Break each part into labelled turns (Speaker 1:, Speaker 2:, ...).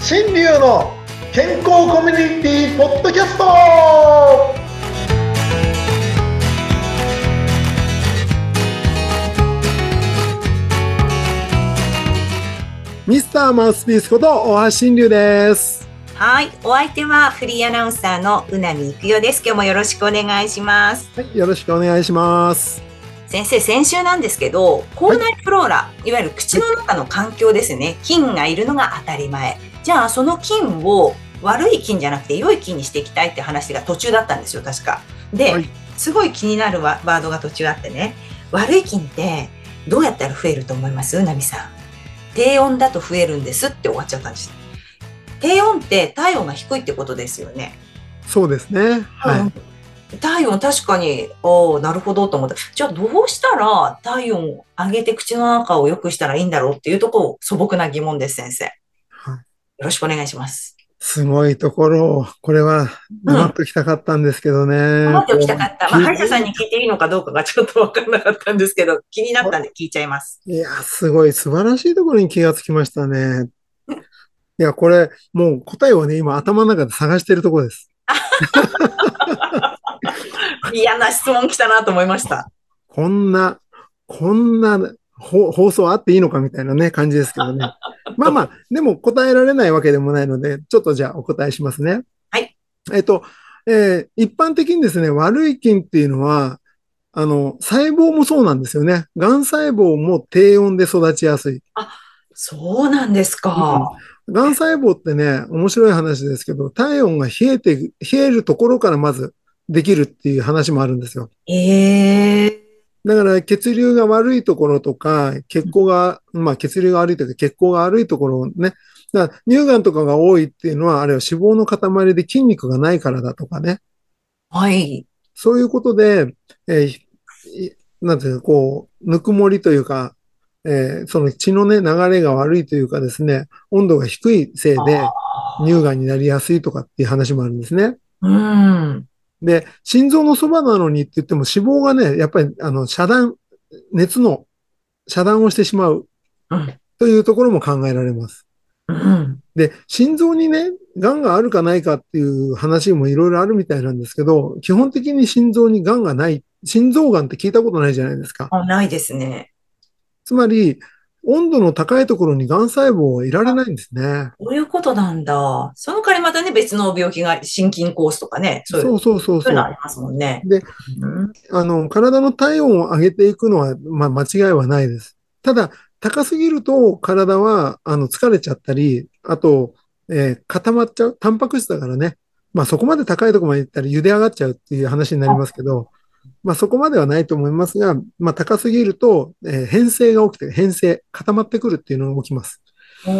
Speaker 1: 新流の健康コミュニティポッドキャストは
Speaker 2: ミスターマウスピースこと大橋新流です。
Speaker 3: はい、お相手はフリーアナウンサーのうなみいくよです。今日もよろしくお願いします。
Speaker 2: はい、よろしくお願いします。
Speaker 3: 先生、先週なんですけど、口内フローラ、い、わゆる口の中の環境ですね。菌がいるのが当たり前。じゃあ、その菌を悪い菌じゃなくて良い菌にしていきたいって話が途中だったんですよ、確か。で、
Speaker 2: はい
Speaker 3: すごい気になるワワードが途中あってね。悪い菌ってどうやったら増えると思いますうなみさん。低温だと増えるんですって終わっちゃったんです。低温って体温が低いってことですよね。
Speaker 2: そうですね。はい。
Speaker 3: 体温確かに、ああ、なるほどと思った。じゃあどうしたら体温を上げて口の中を良くしたらいいんだろうっていうところ素朴な疑問です、先生。よ
Speaker 2: はい
Speaker 3: ろしくお願いします。
Speaker 2: すごいところを、これは黙っときたかったんですけどね。
Speaker 3: 思っておきたかった。ま
Speaker 2: こ
Speaker 3: あ、
Speaker 2: う
Speaker 3: 歯医者さんに聞いていいのかどうかがちょっとわからなかったんです けど、気になったんで聞いちゃいます。
Speaker 2: いや、すごい素晴らしいところに気がつきました ね。いや、これ、もう答えをね、今頭の中で探してるところです。
Speaker 3: 嫌な質問来たなと思いました。
Speaker 2: こんな、こんなほ放送あっていいのかみたいなね、感じですけどね。 まあまあ、でも答えられないわけでもないので、ちょっとじゃあお答えしますね。
Speaker 3: はい。
Speaker 2: えっと、えー一般的にですね、悪い菌っていうのは、あの、細胞もそうなんですよね。がん細胞も低温で育ちやすい。
Speaker 3: そうなんですか。
Speaker 2: がん細胞ってね、面白い話ですけど、体温が冷えて、冷えるところからまずできるっていう話もあるんですよ。
Speaker 3: ええ
Speaker 2: だから血流が悪いところとか、血行が、まあ血流が悪いというか血行が悪いところをね、だから乳がんとかが多いっていうのは、あれは脂肪の塊で筋肉がないからだとかね、
Speaker 3: はい。
Speaker 2: そういうことで、えーいなんていうか、こう、ぬくもりというか、えーその血のね、流れが悪いというかですね、温度が低いせいで乳がんになりやすいとかっていう話もあるんですね。
Speaker 3: うん。
Speaker 2: で、心臓のそばなのにって言っても脂肪がね、やっぱりあの遮断、熱の遮断をしてしまう
Speaker 3: うん。
Speaker 2: というところも考えられます。
Speaker 3: うん。
Speaker 2: で、心臓にね、癌があるかないかっていう話もいろいろあるみたいなんですけど、基本的に心臓に癌がない、心臓癌って聞いたことないじゃないですか。
Speaker 3: あないですね。
Speaker 2: つまり、温度の高いところに癌細胞はいられないんですね。
Speaker 3: こういうことなんだ。その代わりまたね、別の病気が、心筋コースとかね、そういう
Speaker 2: そうそうそう
Speaker 3: そ
Speaker 2: そう
Speaker 3: いうのあ
Speaker 2: う。
Speaker 3: りますもんね。
Speaker 2: で
Speaker 3: うん
Speaker 2: あの、体の体温を上げていくのは、まあ、間違いはないです。ただ、高すぎると体は、あの、疲れちゃったり、あと、えー固まっちゃう。タンパク質だからね。まあ、そこまで高いところまで行ったら茹で上がっちゃうっていう話になりますけど、まあ、そこまではないと思いますが、まあ、高すぎると、えー変性が起きて、変性、固まってくるっていうのが起きます。
Speaker 3: お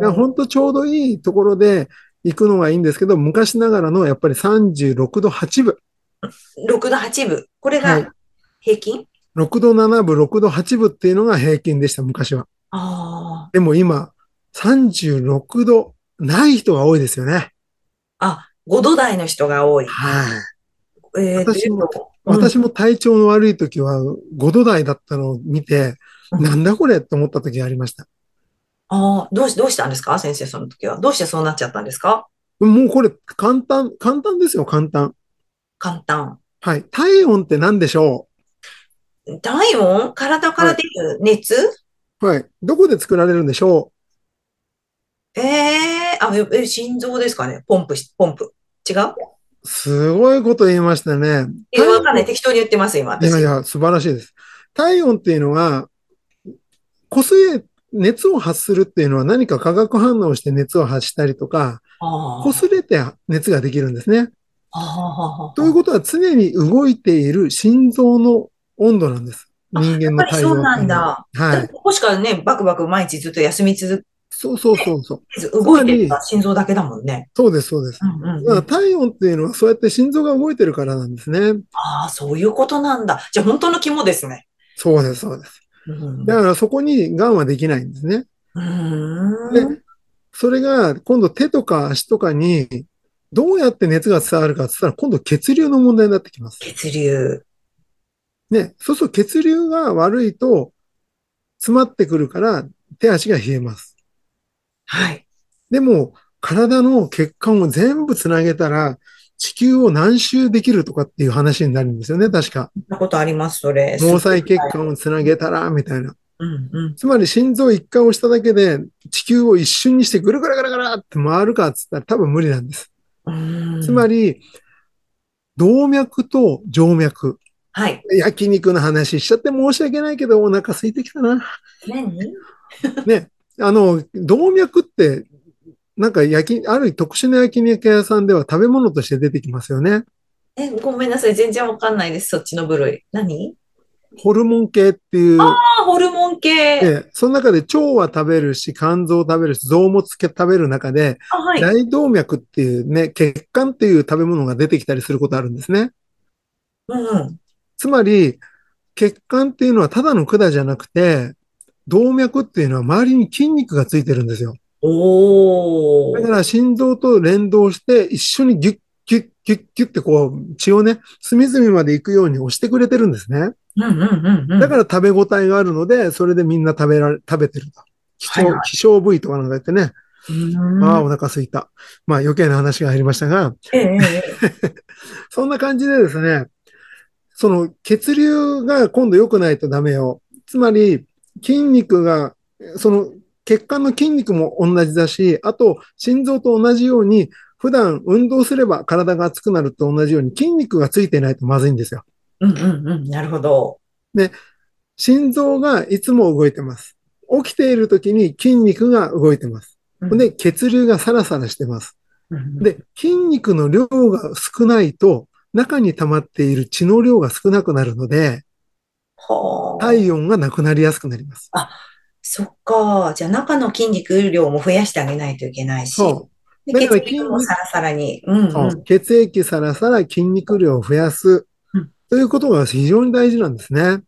Speaker 2: いや、
Speaker 3: ー
Speaker 2: 本当ちょうどいいところで行くのがいいんですけど、昔ながらのやっぱり36度8分。
Speaker 3: 6度8分。これ
Speaker 2: はい
Speaker 3: が平均
Speaker 2: 6度7分、6度8分っていうのが平均でした、昔は。
Speaker 3: あ
Speaker 2: でも今、36度ない人が多いですよね。
Speaker 3: あ。あ、5度台の人が多い。
Speaker 2: はい。
Speaker 3: えー、
Speaker 2: 私も
Speaker 3: ということ
Speaker 2: 私も体調の悪い時は5度台だったのを見て、
Speaker 3: うん
Speaker 2: なんだこれと思った時がありました。
Speaker 3: ああ、どうし、どうしたんですか先生、その時は。どうしてそうなっちゃったんですか
Speaker 2: もうこれ簡単、簡単ですよ、簡単。
Speaker 3: 簡単。
Speaker 2: はい。体温って何でしょ
Speaker 3: 体温体から出る熱、
Speaker 2: うはい。どこで作られるんでしょ
Speaker 3: ええあ、ええ心臓ですかねポンプし、ポンプ。違う
Speaker 2: うすごいこと言いましたね。
Speaker 3: え、わかんない。適当に言ってます、今、
Speaker 2: い
Speaker 3: 私。
Speaker 2: やいや、素晴らしいです。体温っていうのは、こすえ、熱を発するっていうのは何か化学反応をして熱を発したりとか、
Speaker 3: ああ
Speaker 2: こすれて熱ができるんですね。
Speaker 3: ああ
Speaker 2: ということは常に動いている心臓の温度なんです。
Speaker 3: あ
Speaker 2: 人間
Speaker 3: や
Speaker 2: の
Speaker 3: っぱり
Speaker 2: 体
Speaker 3: そ
Speaker 2: 温
Speaker 3: うなん。だ。だ
Speaker 2: は
Speaker 3: って
Speaker 2: い。
Speaker 3: ここしかね、バクバク毎日ずっと休み続
Speaker 2: そうそうそうそう。
Speaker 3: けず、動いてるのは心臓だけだもんね。
Speaker 2: そうです、そうです。
Speaker 3: うんうん
Speaker 2: だ
Speaker 3: う
Speaker 2: から
Speaker 3: ん、
Speaker 2: 体温っていうのはそうやって心臓が動いてるからなんですね。
Speaker 3: ああ、そういうことなんだ。じゃあ本当の肝ですね。
Speaker 2: そうです、そうです。
Speaker 3: うん
Speaker 2: だからそこに癌はできないんですね。
Speaker 3: うーん
Speaker 2: で、それが今度手とか足とかにどうやって熱が伝わるかって言ったら今度血流の問題になってきます。
Speaker 3: 血流。
Speaker 2: ね。そうすると血流が悪いと詰まってくるから手足が冷えます。
Speaker 3: はい。
Speaker 2: でも体の血管を全部つなげたら、地球を何周できるとかっていう話になるんですよね、確か。
Speaker 3: そんなことあります、それ。
Speaker 2: 毛細血管をつなげたら、みたいな。
Speaker 3: うんうん。
Speaker 2: つまり心臓一回押しただけで、地球を一瞬にしてぐるぐるぐるぐるって回るかっつったら多分無理なんです。つま
Speaker 3: り、
Speaker 2: り、動脈と静脈。
Speaker 3: はい。
Speaker 2: 焼肉の話しちゃって申し訳ないけど、お腹空いてきた な。
Speaker 3: 何
Speaker 2: あの、動脈って、なんか焼き、ある特殊な焼肉屋さんでは食べ物として出てきますよね。
Speaker 3: え、ごめんなさい。全然わかんないです。そっちの部類。何
Speaker 2: ホルモン系っていう。
Speaker 3: あ、ホルモン系。
Speaker 2: で、その中で腸は食べるし、肝臓を食べるし、臓もつけ食べる中で、
Speaker 3: あ、はい。
Speaker 2: 大動脈っていうね、血管っていう食べ物が出てきたりすることあるんですね。
Speaker 3: うんうん。
Speaker 2: つまり、血管っていうのはただの管じゃなくて、動脈っていうのは周りに筋肉がついてるんですよ。
Speaker 3: お
Speaker 2: だ
Speaker 3: ー
Speaker 2: か。ら心臓と連動して一緒にギュッギュッギュッギュッってこう血をね、隅々まで行くように押してくれてるんですね。
Speaker 3: うんうんうんうん。
Speaker 2: だから食べ応えがあるので、それでみんな食べられ、食べてると。希
Speaker 3: はい
Speaker 2: 少、希少部位とかなんか言ってね、
Speaker 3: うん
Speaker 2: ああ、お腹空いた。まあ余計な話が入りましたが、
Speaker 3: ええええ
Speaker 2: そんな感じでですね、その血流が今度良くないとダメよ。つまり筋肉が、その血管の筋肉も同じだし、あと心臓と同じように普段運動すれば体が熱くなると同じように筋肉がついてないとまずいんですよ。
Speaker 3: うんうんうん。なるほど。
Speaker 2: 心臓がいつも動いてます。起きている時に筋肉が動いてます。
Speaker 3: うん
Speaker 2: で、血流がサラサラしてます。
Speaker 3: うん
Speaker 2: で、筋肉の量が少ないと、中に溜まっている血の量が少なくなるので、
Speaker 3: はあ。
Speaker 2: 体温がなくなりやすくなります。
Speaker 3: そっか。じゃあ中の筋肉量も増やしてあげないといけないし。
Speaker 2: そ
Speaker 3: で、
Speaker 2: だから
Speaker 3: 血液も
Speaker 2: 筋肉
Speaker 3: サラサラに。うん
Speaker 2: う。
Speaker 3: うん。
Speaker 2: そう血液サラサラ筋肉量を増やす
Speaker 3: うん。
Speaker 2: ということが非常に大事なんですね。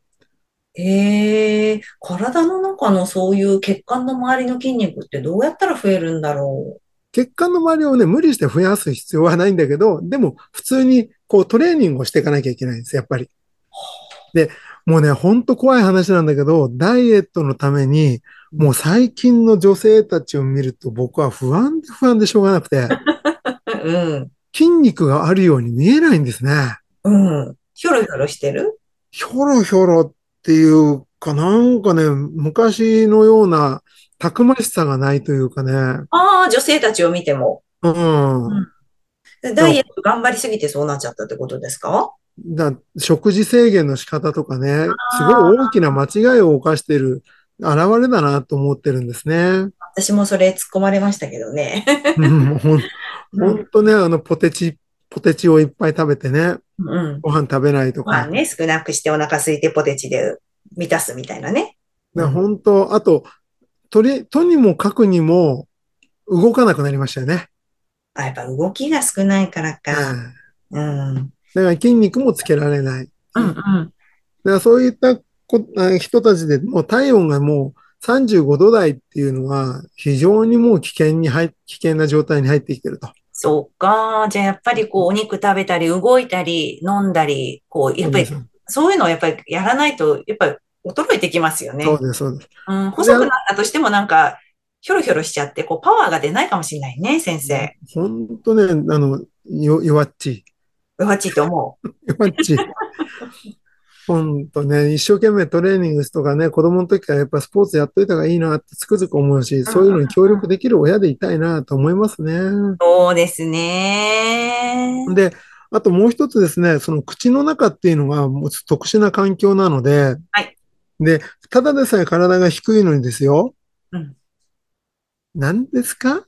Speaker 3: ええ体の中のそういう血管の周りの筋肉ってどうやったら増えるんだろ
Speaker 2: 血管の周りをね、無理して増やす必要はないんだけど、でも普通にこうトレーニングをしていかなきゃいけないんです、やっぱり。で、もうね、ほんと怖い話なんだけど、ダイエットのために、もう最近の女性たちを見ると僕は不安で不安でしょうがなくて、
Speaker 3: う。うん。
Speaker 2: 筋肉があるように見えないんですね。
Speaker 3: うん。ひょろひょろしてる
Speaker 2: ひょろひょろっていうかなんかね、昔のようなたくましさがないというかね。
Speaker 3: ああ、女性たちを見ても。
Speaker 2: うん。
Speaker 3: うんダイエット頑張りすぎてそうなっちゃったってことですか
Speaker 2: だ食事制限の仕方とかね、すごい大きな間違いを犯している現れだなと思ってるんですね。
Speaker 3: 私もそれ突っ込まれましたけどね。
Speaker 2: うんほんほんとね、あの、ポテチ、ポテチをいっぱい食べてね、
Speaker 3: うん。
Speaker 2: ご飯食べないと
Speaker 3: ま
Speaker 2: か
Speaker 3: あ。ね、少なくしてお腹空いてポテチで満たすみたいなね。
Speaker 2: だから本当、あと、とり、とにもかくにも動かなくなりましたよね。
Speaker 3: あ、やっぱ動きが少ないから
Speaker 2: うん
Speaker 3: か。うん。うん
Speaker 2: だから筋肉もつけられない。
Speaker 3: うん。
Speaker 2: だからそういったこあ人たちでもう体温がもう35度台っていうのは非常にもう危険に入っ、危険な状態に入ってきてると。
Speaker 3: そうか。じゃあやっぱりこうお肉食べたり動いたり飲んだり、こうやっぱり
Speaker 2: そう
Speaker 3: そういうのをやっぱりやらないと、やっぱり衰えてきますよね。
Speaker 2: です、そうです。
Speaker 3: うん、細くなったとしてもなんか、ひょろひょろしちゃって、こう、パワーが出ないかもしれないね、先生。
Speaker 2: ほんとね、あの、よ、弱っち
Speaker 3: うわっちいと思う。
Speaker 2: い。弱っちい。ほんとね、一生懸命トレーニングとかね、子供の時からやっぱスポーツやっといた方がいいなってつくづく思うし、そういうのに協力できる親でいたいなと思いますね。
Speaker 3: そうですね。
Speaker 2: で、あともう一つですね、その口の中っていうのがもう特殊な環境なので、
Speaker 3: はい
Speaker 2: で、ただでさえ体が低いのにですよ。
Speaker 3: うん
Speaker 2: 何ですか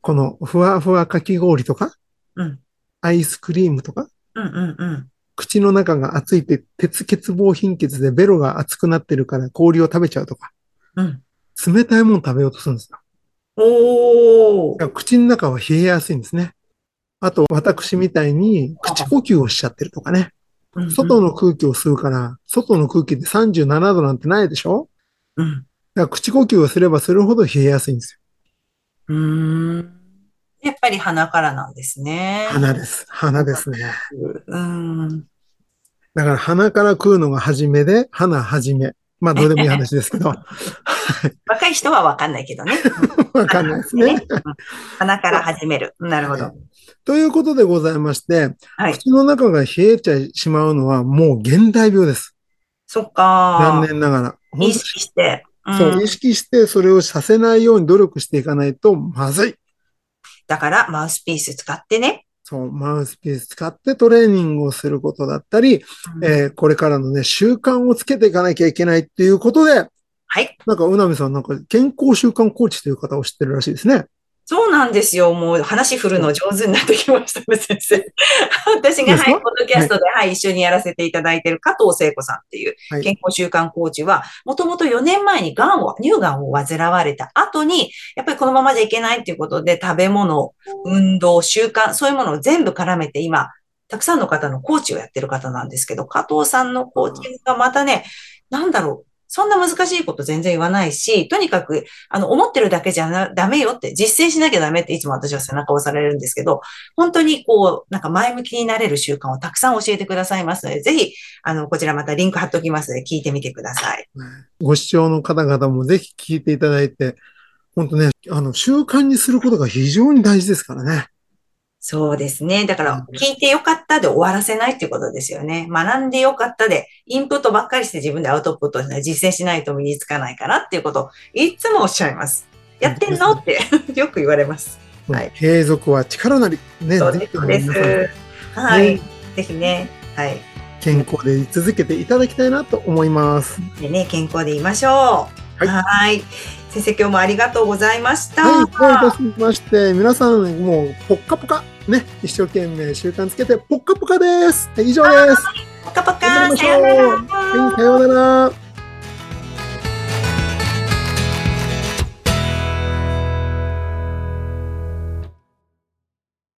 Speaker 2: このふわふわかき氷とか、
Speaker 3: うん
Speaker 2: アイスクリームとか、
Speaker 3: うんうんうん。
Speaker 2: 口の中が熱いって鉄欠乏貧血でベロが熱くなってるから氷を食べちゃうとか、
Speaker 3: うん。
Speaker 2: 冷たいもの食べようとするんですよ。だ
Speaker 3: おー。
Speaker 2: から口の中は冷えやすいんですね。あと、私みたいに口呼吸をしちゃってるとかね。外の空気を吸うから、外の空気で37度なんてないでしょ
Speaker 3: うん。
Speaker 2: だから口呼吸をすればするほど冷えやすいんです
Speaker 3: うん。うーん。やっぱり鼻からなんですね。
Speaker 2: よ。鼻です。鼻ですね。
Speaker 3: うん。
Speaker 2: だから鼻から食うのが初めで、鼻始め。まあどうでもいい話ですけど。
Speaker 3: 若い人はわかんないけどね。
Speaker 2: わかんないですね。
Speaker 3: 鼻から始める。なるほど。
Speaker 2: ということでございまして、
Speaker 3: はい
Speaker 2: 口の中が冷えちゃいしまうのはもう現代病です。
Speaker 3: そっか
Speaker 2: 残。念ながら。本当
Speaker 3: 意識して。うん
Speaker 2: そう、意識してそれをさせないように努力していかないとまずい。
Speaker 3: だから、マウスピース使ってね。
Speaker 2: そう、マウスピース使ってトレーニングをすることだったり、えーこれからのね、習慣をつけていかなきゃいけないっていうことで、
Speaker 3: はい。
Speaker 2: なんか、うなみさんなんか健康習慣コーチという方を知ってるらしいですね。
Speaker 3: そうなんですよ。もう話振るの上手になってきましたね、先生。 私が、
Speaker 2: です
Speaker 3: は
Speaker 2: か
Speaker 3: い、ポッドキャストで、はい、一緒にやらせていただいている加藤聖子さんっていう
Speaker 2: はい
Speaker 3: 健康習慣コーチは、もともと4年前に癌を、乳がんを患われた後に、やっぱりこのままじゃいけないっていうことで、食べ物、運動、習慣、そういうものを全部絡めて今、たくさんの方のコーチをやってる方なんですけど、加藤さんのコーチングがまたね、なんだろう、そんな難しいこと全然言わないし、とにかく、あの、思ってるだけじゃなダメよって、実践しなきゃダメっていつも私は背中を押されるんですけど、本当にこう、なんか前向きになれる習慣をたくさん教えてくださいますので、ぜひ、あの、こちらまたリンク貼っときますので、聞いてみてください。
Speaker 2: ご視聴の方々もぜひ聞いていただいて、本当ね、あの、習慣にすることが非常に大事ですからね。
Speaker 3: そうですね。だから、聞いてよかったで終わらせないっていうことですよね。学んでよかったで、インプットばっかりして自分でアウトプットしない、実践しないと身につかないからっていうことを、いつもおっしゃいます。やってんのってよく言われます。はい
Speaker 2: 継続は力なり。ね、
Speaker 3: そう
Speaker 2: ぜ
Speaker 3: で
Speaker 2: ひ
Speaker 3: す。
Speaker 2: と
Speaker 3: そう
Speaker 2: も
Speaker 3: で
Speaker 2: 皆さん
Speaker 3: す。はい
Speaker 2: ね。
Speaker 3: ぜひね。はい。
Speaker 2: 健康で居続けていただきたいなと思います。
Speaker 3: でね、健康でいましょう。
Speaker 2: はい
Speaker 3: はい。先生、今日もありがとうございました。
Speaker 2: はい、どういたしまして、皆さんもうポッカポカ、ね、一生懸命習慣つけてポッカポカです。はい以上です。
Speaker 3: パカパ
Speaker 2: 頑張りま
Speaker 3: カ、さ
Speaker 2: しょう
Speaker 3: ようなら。
Speaker 2: はい、さようなら。